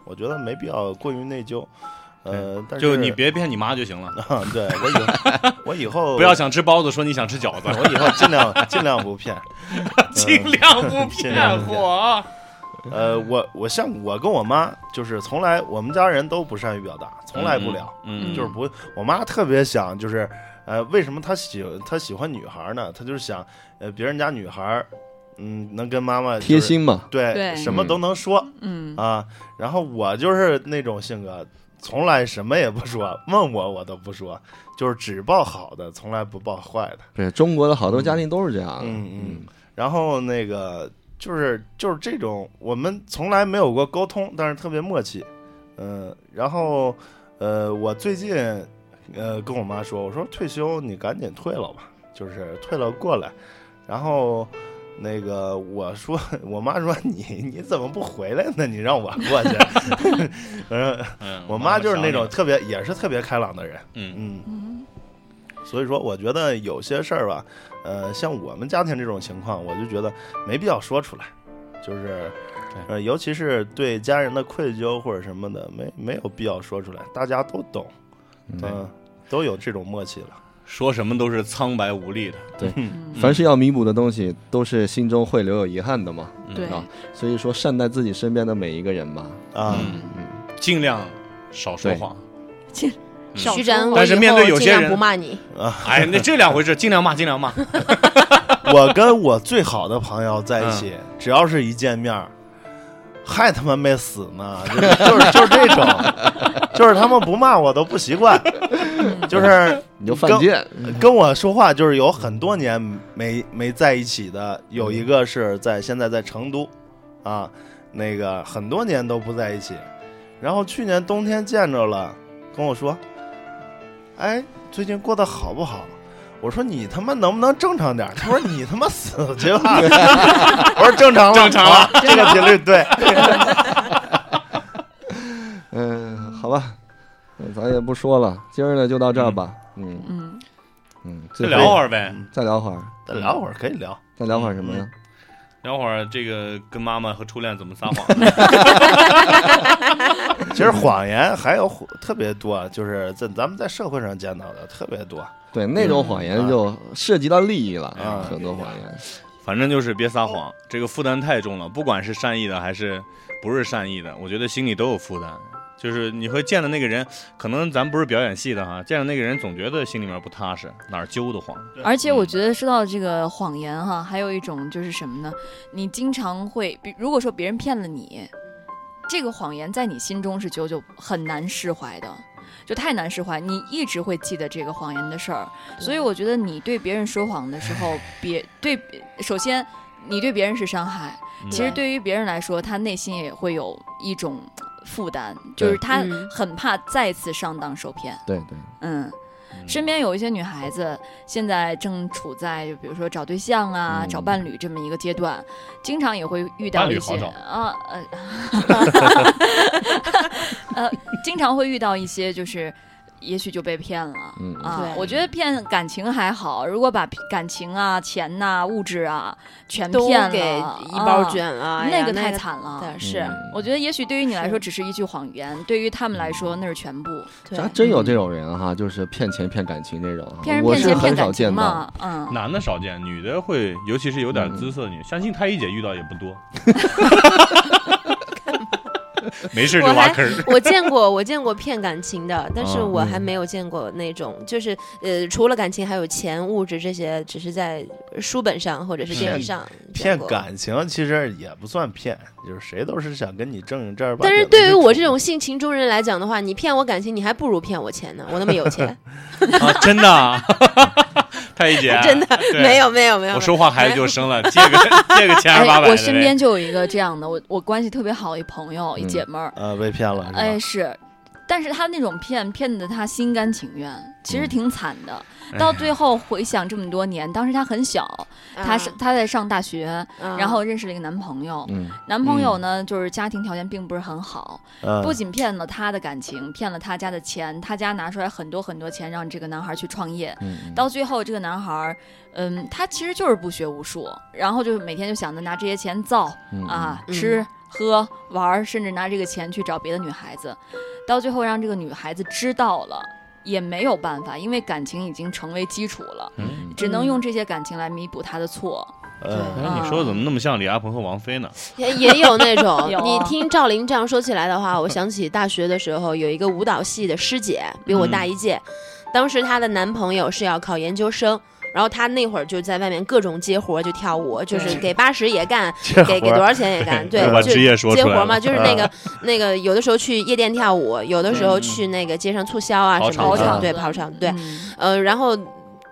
F: 我觉得没必要过于内疚，呃，但是
D: 就你别骗你妈就行了，
F: 啊， 对我以后 我以后
D: 不要想吃包子说你想吃饺子，
F: 我以后尽量尽量不骗，
D: 尽嗯量不
F: 尽
D: 骗
F: 量不骗
D: 我。
F: 呃，我我像我跟我妈就是从来我们家人都不善于表达，从来不了，
D: 嗯，嗯，
F: 就是不，我妈特别想，就是，呃，为什么她喜她喜欢女孩儿呢？她就是想，呃，别人家女孩儿，嗯，能跟妈妈、
E: 贴，心嘛，
F: 对，
C: 对
F: 什么都能说、
C: 嗯，
F: 啊。然后我就是那种性格，从来什么也不说，问我我都不说，就是只报好的，从来不报坏的。
E: 对，中国的好多家庭都是这样的，
F: 嗯嗯，然后那个就是就是这种，我们从来没有过沟通，但是特别默契。嗯、然后呃，我最近呃跟我妈说，我说退休你赶紧退了吧，就是退了过来。然后那个我说，我妈说你你怎么不回来呢？你让我过去。 嗯，
D: 嗯
F: 我妈就是那种，特别也是特别开朗的人。
D: 嗯
F: 嗯。所以说，我觉得有些事儿吧，呃，像我们家庭这种情况，我就觉得没必要说出来，就是，呃，尤其是对家人的愧疚或者什么的，没没有必要说出来，大家都懂，嗯、都有这种默契了。
D: 说什么都是苍白无力的。嗯
E: 凡是要弥补的东西，都是心中会留有遗憾的嘛，
C: 对，
E: 啊，所以说善待自己身边的每一个人吧，
D: 嗯
F: 啊，
D: 尽量少说谎。
C: 少
B: 徐展，我
D: 但是
B: 以
D: 面对
B: 后
D: 有
B: 尽
D: 些
B: 量
D: 人
B: 不骂你，
D: 哎，那这两回 事，尽量骂，尽量骂。
F: 我跟我最好的朋友在一起，只要是一见面儿，还他妈没死呢，就是就是就是这种， 就是他们不骂我都不习惯，就是
E: 你就犯贱，
F: 跟我说话就是有很多年没没在一起的，有
D: 嗯
F: 一个是在现在在成都，啊，那个很多年都不在一起，然后去年冬天见着了，跟我说，哎，最近过得好不好？我说你他妈能不能正常点儿？他说你他妈死去 吧！我说正常了，
D: 正常了
F: 啊，这个频率对，
E: 嗯，好吧，那咱也不说了，今儿呢就到这儿吧，嗯
C: 嗯，
E: 嗯，
D: 再
E: 最后
D: 聊会儿呗，
E: 再聊会儿，
F: 再聊会儿可以聊。
E: 再聊会儿什么呀？
D: 聊会儿这个跟妈妈和初恋怎么撒 谎。
F: 其实谎言还有特别多，就是在咱们在社会上见到的特别多。
E: 对，那种谎
C: 嗯
E: 言
C: 啊
E: 就涉及到利益了，
F: 啊
E: 很多谎言，
D: 反正就是别撒谎，这个负担太重了，不管是善意的还是不是善意的，我觉得心里都有负担。就是你会见的那个人，可能咱不是表演系的哈，见的那个人总觉得心里面不踏实，哪儿揪得慌。
C: 而且我觉得说到这个谎言哈，还有一种就是什么呢？你经常会，比如果说别人骗了你，这个谎言在你心中是久久很难释怀的，就太难释怀，你一直会记得这个谎言的事儿。所以我觉得你对别人说谎的时候，别对，首先你对别人是伤害，
D: 嗯
C: 其实
B: 对
C: 对于别人来说，他内心也会有一种负担，就是
E: 对
C: 他
B: 嗯
C: 很怕再次上当受骗。
E: 对对，
C: 嗯，
D: 嗯
C: 身边有一些女孩子现在正处在就比如说找对象啊、
E: 嗯
C: 找伴侣这么一个阶段，经常也会遇到
D: 伴侣
C: 一
D: 好
C: 些
D: 找
C: 啊呃， 呃，经常会遇到一些就是。也许就被骗了、
E: 嗯
C: 啊！
B: 对
C: 我觉得骗感情还好，如果把感情啊、钱呐、物质啊全
B: 都
C: 骗了，
B: 给一包
C: 啊
B: 卷了，哎
C: 那
B: 呀
C: 个
B: 个
C: 太惨了。
B: 对是
E: 嗯
C: 我觉得也许对于你来说
B: 是
C: 只是一句谎言，对于他们来说那是全部。
E: 嗯
B: 对
E: 还真有这种人哈，就是骗钱骗感情这种哈，
C: 嗯骗人
E: 我
C: 骗
E: 是
C: 钱骗
E: 很
C: 感
E: 少
C: 情
E: 见到。
C: 嘛，嗯，
D: 男的少见，女的会，尤其是有
E: 嗯
D: 点姿色的女，相信太一姐遇到也不 多。没事就挖坑 儿，
B: 我见过，我见过骗感情的，但是
D: 啊
B: 我还
E: 嗯
B: 没有见过那种，就是呃，除了感情，还有钱、物质这些，只是在书本上或者是电视
F: 骗
B: 上见
F: 骗
B: 过。
F: 感情其实也不算骗，就是谁都是想跟你正正儿八
B: 但
F: 经
B: 是
F: 地去处。
B: 对于我这种性情中人来讲的话，你骗我感情，你还不如骗我钱呢。我那么有钱，
D: 啊、真的啊， 太一姐
B: 哦
D: 啊
B: 真的
D: 对
B: 没有没有没有。
D: 我说话孩子就生了，借 个借个千
C: 哎
D: 二八，百的呗。
C: 我身边就有一个这样的，我我关系特别好一朋友一
E: 嗯
C: 姐们儿，
F: 呃被骗了，是吧
C: 哎是，但是她那种骗骗的她心甘情愿，其实挺惨的。
D: 嗯哎
C: 到最后回想这么多年，当时她很小，
B: 啊
C: 她是她在上大学，
B: 啊
C: 然后认识了一个男朋友，
E: 嗯，
C: 男朋友呢就是家庭条件并不是很好，
F: 嗯
C: 不仅骗了她的感情，骗了她家的钱，她家拿出来很多很多钱让这个男孩去创业，
E: 嗯嗯
C: 到最后，这个男孩儿，嗯，他其实就是不学无术，然后就每天就想着拿这些钱造
E: 嗯
C: 啊，
B: 嗯
C: 吃喝玩儿，甚至拿这个钱去找别的女孩子，到最后让这个女孩子知道了，也没有办法，因为感情已经成为基础了，
E: 嗯
C: 只能用这些感情来弥补他的错。
F: 呃
B: 嗯
D: 哎，你说的怎么那么像李亚鹏和王菲呢？
B: 也也有那种
C: 有，啊
B: 你听赵琳这样说起来的话，我想起大学的时候有一个舞蹈系的师姐，比我大一届，当时她的男朋友是要考研究生。然后她那会儿就在外面各种接活，就跳舞，就是
C: 对
B: 给八十也 干，
F: 这
B: 给给
F: 活儿
B: 多少钱也干，对
D: 又， 把
B: 就
D: 职业说
B: 接
D: 出
B: 活
D: 来
B: 嘛，
D: 了，
B: 就是那个 那个，有的时候去夜店跳舞，有的时候
D: 嗯
B: 去那个街上促销啊
D: 跑
B: 什么
D: 场
B: 的，对，
D: 子
B: 跑场，对，
C: 嗯
B: 呃，然后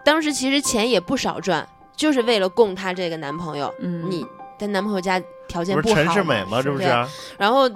B: 当时其实钱也不少赚，就是为了供她这个男朋友。
C: 嗯，
B: 你的男朋友家条件
F: 不是
B: 好嘛，
F: 陈世美吗？这不是
B: 对然后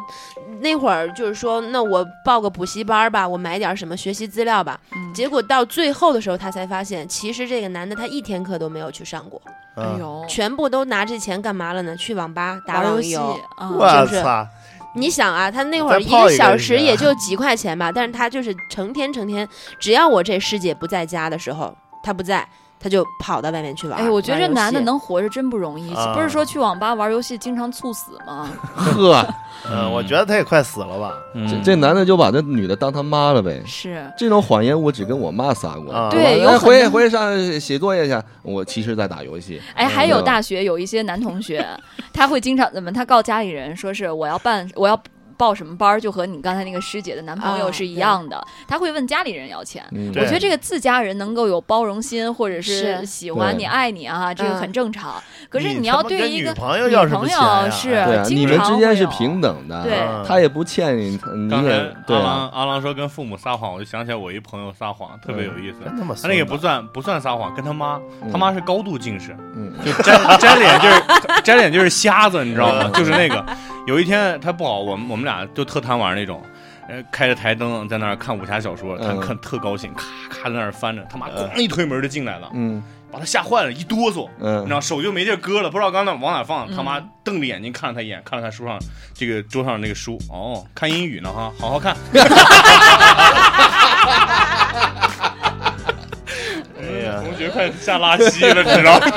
B: 那会儿就是说，那我报个补习班儿吧，我买点儿什么学习资料吧。
C: 嗯
B: 结果到最后的时候，他才发现，其实这个男的他一天课都没有去上过，
C: 哎
F: 嗯
C: 呦，
B: 全部都拿这钱干嘛了呢？去网吧打
C: 玩
B: 网
C: 游戏
B: 游。
C: 啊，
F: 我
B: 是不是
F: 操！
B: 你想啊，他那会儿
F: 再
B: 一个
F: 泡一个
B: 小
F: 人
B: 时
F: 家
B: 也就几块钱吧，但是他就是成天成天，只要我这师姐不在家的时候，他不在，他就跑到外面去玩儿。
C: 哎，我觉
B: 玩
C: 得这
B: 游戏
C: 男的能活着真不容易，
F: 啊
C: 不是说去网吧玩游戏经常猝死 吗？
E: 呵，
F: 嗯，我觉得他也快死了吧？
D: 嗯
E: 这这男的就把这女的当他妈了呗。
C: 是，
E: 这种谎言我只跟我妈撒过。
F: 啊
C: 对
E: 我
C: 有
E: 来
C: 很多
E: 回回上写作业去，我其实在打游戏。
C: 哎，还
E: 嗯
C: 有
E: 对吧
C: 大学有一些男同学， 他会经常怎么？他告家里人说是我要办，我要报什么班儿，就和你刚才那个师姐的男朋友
B: 啊
C: 是一
B: 对
C: 样的。他会问家里人要钱。
E: 嗯
F: 对
C: 我觉得这个自家人能够有包容心，或者是
B: 是
C: 喜欢
E: 对
C: 你、爱你啊，这个
B: 嗯
C: 很正常。可是
F: 你
C: 要
F: 他妈
C: 对
F: 跟
C: 一
F: 女
C: 个
F: 朋友要什么
C: 朋
F: 钱呀
C: 友是
F: 哎
E: 对啊，
C: 经
E: 你们
C: 常
E: 之间
C: 会
E: 是
C: 有
E: 平等的，
C: 对
F: 嗯
E: 他也不欠你，你
D: 刚才
E: 也对
D: 阿
E: 啊
D: 郎，阿郎说跟父母撒谎，我就想起来我一朋友撒谎，特别有意思。
F: 真他妈
D: 他那个
F: 孙
D: 不
F: 子
D: 算不算撒谎，跟他妈，
E: 嗯
D: 他妈是高度近视，
E: 嗯
D: 就粘粘脸 就是粘脸就是瞎子，你知道吗？
F: 嗯
D: 就是那个，有一天他不好，我们我们俩就特贪玩那种，呃，开着台灯在那儿看武侠小说，他
E: 嗯
D: 看特高兴，咔咔在那儿翻着，他妈咣一推门就进来了，
E: 嗯
D: 把他吓坏了，一哆嗦，你知
E: 嗯
D: 道手就没地儿搁了，不知道刚才往哪放，
C: 嗯
D: 他妈瞪着眼睛看了他一眼，看了看书上这个桌上那个书，哦，看英语呢哈，好好看。
F: 哎呀
D: 同学快下拉哎稀了，你知道吗？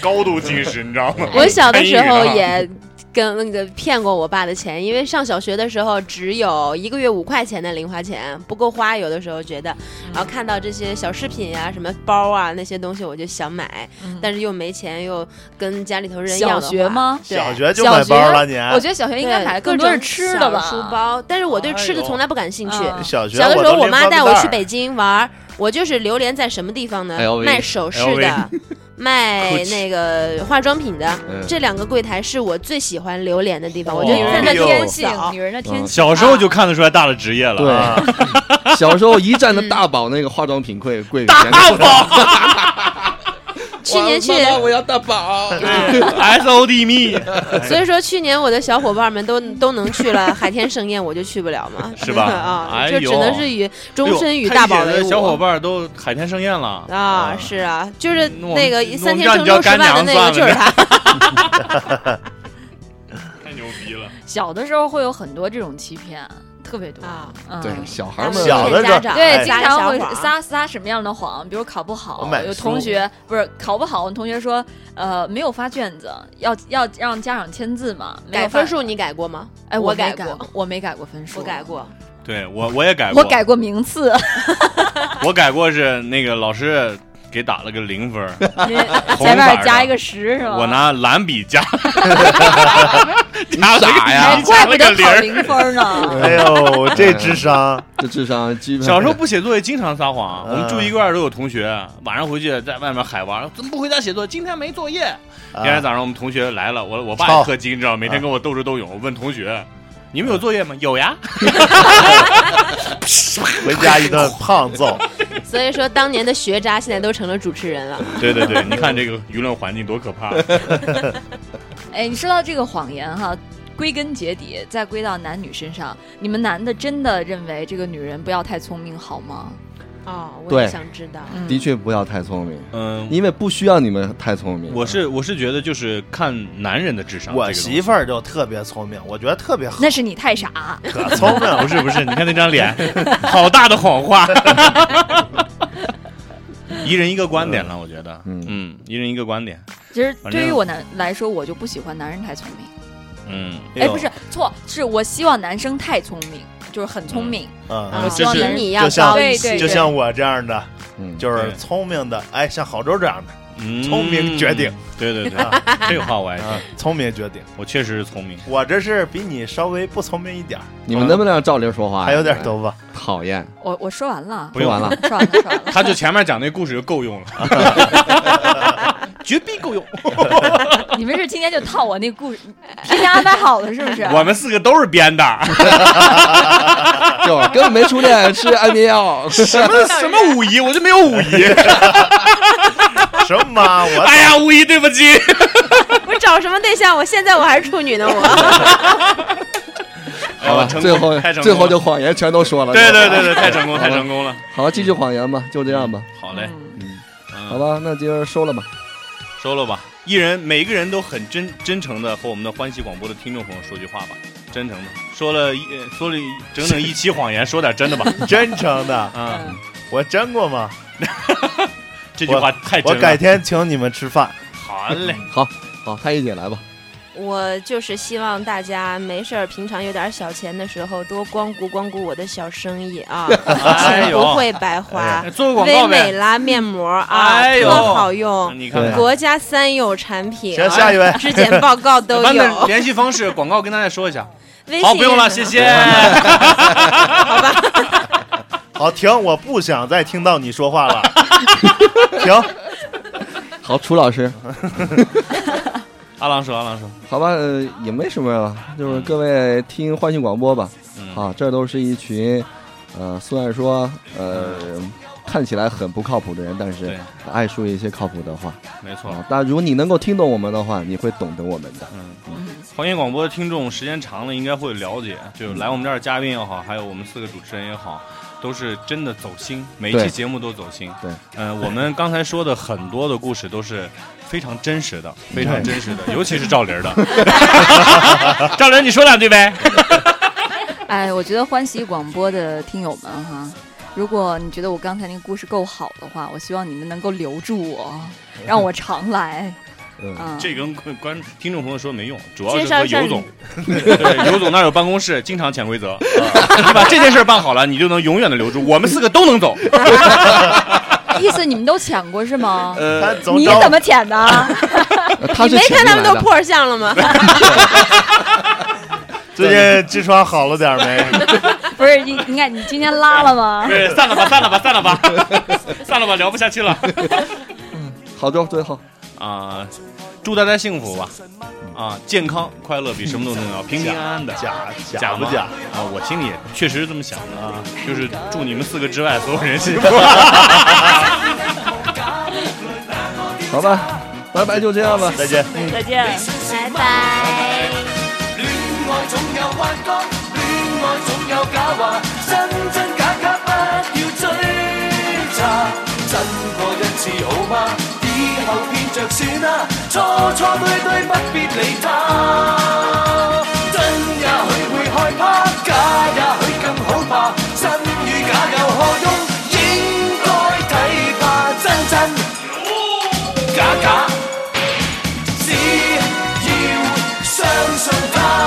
D: 高度近视，你知道吗？
B: 我小的时候也跟那个骗过我爸的钱，因为上小学的时候只有一个月五块钱的零花钱，不够花，有的时候觉得，然后看到这些小饰品呀、什么包啊那些东西，我就想买，
C: 嗯
B: 但是又没钱，又跟家里头人要
C: 小
B: 的话
C: 学？吗？
B: 对
F: 小学就买包了，你
C: 我觉得小学
B: 对
C: 应该买的更
B: 各
C: 多是
B: 种
C: 吃的吧，
B: 小书包，但是我对吃的
F: 哎呦
B: 从来不感兴趣。
C: 嗯
F: 小学
B: 小的时候，
F: 都
B: 我
F: 拎
B: 妈
F: 帆布
B: 带我
F: 袋儿
B: 去北京玩儿，我就是流连在什么地方呢
E: LV？
B: 卖首饰的
D: LV，
B: 卖
D: Gucci
B: 那个化妆品的，
E: 嗯
B: 这两个柜台是我最喜欢流连的地方。我觉
C: 女
B: 得
F: 哦
C: 人的
F: 哎呦
C: 天性，
B: 早
C: 女人的天性。
D: 小时候就看得出来大了职业了。
E: 对
F: 啊，
E: 小时候一站的大宝那个化妆品柜柜里面，
D: 大宝
B: 去年去
E: 哇，妈妈哎我要大宝，
D: S O D me
B: 所以说去年我的小伙伴们都都能去了海天盛宴，我就去不了 嘛，
D: 是吧
B: 啊，
D: 哎
B: 就
D: 呦
B: 只能是与
D: 哎
B: 终
D: 呦
B: 身与
D: 看
B: 大宝
D: 你
B: 为
D: 的
B: 伍。
D: 小伙伴都海天盛宴了，
B: 啊，是啊，就是
D: 那我们
B: 那个
D: 那我
B: 三
D: 们
B: 天
D: 让
B: 成
D: 你叫
B: 就失
D: 干
B: 败的
D: 娘
B: 那
D: 算
B: 个
D: 了
B: 就是他。
D: 太牛逼了！
C: 小的时候会有很多这种欺骗，特别多。
B: 啊
C: 嗯
E: 对，小孩儿们
F: 小的时候
C: 对，
F: 哎
C: 经常会
B: 撒
C: 撒撒什么样的谎？比如考不好
F: 我，买
C: 有
F: 书
C: 同学不是考不好，我们同学说，呃，没有发卷子，要要让家长签字嘛，没有
B: 改
C: 发
B: 分。数你改过吗？
C: 哎，
B: 我
C: 我没
B: 改过
C: 过，我没改过分数，
B: 我改，过，
D: 对我我也改过，
C: 我改过名次。
D: 我改过是那个老师给打了个零分儿，
C: 因为
B: 啊
D: 红色
C: 前面
D: 的
C: 加一个十是吧？
D: 我拿蓝笔 加，加了个
E: 傻呀
C: 哎，
D: 一加
C: 怪不
D: 了个
C: 得考
D: 零儿。
C: 零 分呢。
F: 哎呦，这智 商，
E: 这智商基本
D: 小时候不写作业，经常撒谎。
F: 嗯
D: 我们住一个院儿都有同学，晚上回去在外面海玩，怎么不回家写作业？今天没作业。
F: 啊
D: 第二天早上我们同学来了，我我爸
F: 操啊
D: 也氪金，你知道吗，每天跟我斗智斗勇。我问同学，你们有作业吗？有 呀。
F: 回家一顿胖揍，
B: 所以说当年的学渣现在都成了主持人了。
D: 对对对， 你看这个舆论环境多可 怕。
C: 哎，你说到这个谎言哈，归根结底再归到男女身上，你们男的真的认为这个女人不要太聪明好吗？
B: 哦，
E: 对
B: 我也想知道。
C: 嗯
E: 的，确不要太聪明，
D: 嗯，
E: 因为不需要你们太聪明。
D: 我是我是觉得就是看男人的智商。
F: 我
D: 这个东西
F: 媳妇儿就特别聪明，我觉得特别好，
C: 那是你太傻。
F: 可聪明
D: 不
F: 了。
D: 是不是，你看那张脸， 好大的谎话。 一人一个观点了，我觉得，
E: 嗯
D: 嗯，一人一个观点，
C: 其实
D: 反正
C: 对于我男来说，我就不喜欢男人太聪明。
D: 嗯，
C: 哎，
F: 呦
C: 不是，错，是我希望男生太聪明，就是很聪明。
B: 啊
F: 嗯，
C: 希望
B: 比
C: 男人
B: 你要
F: 就像
B: 高一
C: 对
B: 些
C: 对
F: 就像我这样的，
E: 嗯，
F: 就是
D: 对
F: 聪明的，哎，像郝周这样的，
D: 嗯
F: 聪明绝顶，
D: 对对 对，这个话我爱听
F: 啊，聪明绝顶。
D: 我确实是聪明，
F: 我这是比你稍微不聪明一点儿，
E: 你们能不能让赵玲说话呀？
D: 哎
F: 还有点头发。
E: 讨厌，
C: 我我说完了，
D: 不用
E: 说完了
C: 说完了，说完了。
D: 他就前面讲那故事就够用了， 绝逼够用。
C: 你们是今天就套我那故事，提前安排好的是不是？
D: 我们四个都是编的，
E: 就是根本没出恋，吃安眠 药。
D: 什么什么五一，我就没有五一。
F: 什么？我
D: 哎呀，五一对不 起，
B: 我找什么对象？我现在我还是处女呢， 我
E: 好吧，
D: 成功
E: 最后
D: 太成功了
E: 最后就谎言全都说了。
D: 对对对对，太成功太成功了，
E: 好，继续谎言吧，就这样吧。
D: 好嘞，
C: 嗯
D: 嗯
E: 好吧，那今儿收了吧。
D: 收了吧，一人每个人都很真真诚的和我们的欢喜广播的听众朋友说句话吧，真诚的说了一呃说了一整整一期谎言，说点真的吧，
F: 真诚的，
D: 啊，
C: 嗯
F: 我真过吗？
D: 这句话太
F: 我
D: 真
F: 改
D: 了，
F: 天请你们吃饭。
D: 好嘞，
E: 好，太医姐来吧。
B: 我就是希望大家没事儿，平常有点小钱的时候，多光顾光顾我的小生意啊，
D: 哎
B: 钱
D: 呦哎
B: 不会白花。
D: 做个广
B: 薇
D: 告
B: 美
D: 呗，
B: 拉面膜啊，
D: 哎呦
B: 特好用，
D: 你看看
E: 对。
B: 国家三有产品
F: 行，
B: 啊，
F: 下一位，
B: 质检报告 都
D: 咱们的
B: 有。
D: 联系方式广告跟大家说一下，
B: 微信
D: 好，不用了，
B: 是
D: 谢
B: 吗
D: 谢。
F: 好停，我不想再听到你说 话了。停，
E: 好，楚老师，
D: 阿郎说，阿郎说，
E: 好吧，呃，也没什么了，就是各位听欢庆广播吧。
D: 嗯，
E: 啊，这都是一群，呃，虽然说呃看起来很不靠谱的人，但是
D: 对
E: 爱说一些靠谱的话
D: 没错，
E: 啊。但如果你能够听懂我们的话，你会懂得我们 的。
D: 嗯
C: 嗯，
D: 欢迎广播的听众时间长了应该会了解，就是来我们这儿的嘉宾也好，还有我们四个主持人也好，都是真的走心，每一期
E: 对
D: 节目都走心。
E: 对，
D: 嗯、我们刚才说的很多的故事都是非常真实的，非常真实的，尤其是赵玲儿的。赵玲儿，你说两句呗。
C: 哎，我觉得欢喜广播的听友们哈，如果你觉得我刚才那个故事够好的话，我希望你们能够留住我，让我常来。
E: 嗯，
C: 嗯，
D: 这跟观观听众朋友说没用，主要
B: 介
D: 是
B: 绍
D: 和
B: 一下
D: 尤总，对尤总那儿有办公室，经常潜规则。啊你把这件事儿办好了，你就能永远的留住，我们四个都能走。
C: 意思你们都潜过是吗？
F: 他
D: 呃，
F: 总
C: 你
F: 找
C: 怎么潜的？
E: 呃他
B: 你
E: 是
B: 没
E: 潜
B: 看
E: 进
B: 他们
E: 来
B: 都
E: 的
B: 破儿相了吗？
F: 最近痔疮好了点儿没？
C: 不是，你你看你今天拉了吗？
D: 对，哎散了吧，散了吧，散 了吧，散了吧，聊不下去了。
E: 好的，最后
D: 啊，祝大家幸福吧，啊，健康快乐比什么都重要，
G: 嗯
D: 平平安安的。
F: 假
D: 假
F: 假不
D: 吗
F: 假？
D: 啊，我心里也确实是这么想的啊，就是祝你们四个之外所有人 幸福。
E: 好吧，拜拜，就这样吧。
F: 再见。
B: 再见。
A: 拜拜。
G: 恋愛總有幻覺，戀愛總有假話，真真假假不要追查，真過一次好嗎？以後變着算啦，錯錯對對不必理他。真也許會害怕，假也許更好吧，真與假有何用？應該睇怕真真假假。只要相信他。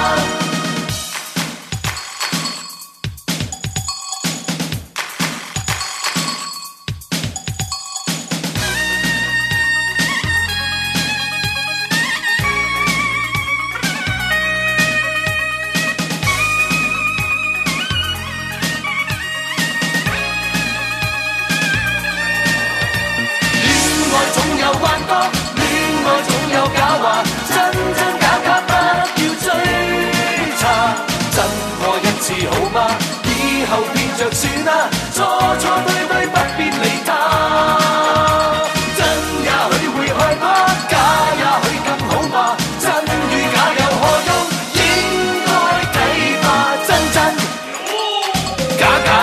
G: 戀愛總有幻覺，戀愛總有假話，真真假假不要追查。真過一次好嗎？以後變着算啦，錯錯對對不必理他。真也許會害怕，假也許更好吧，真與假有何用？應該睇怕真真假假。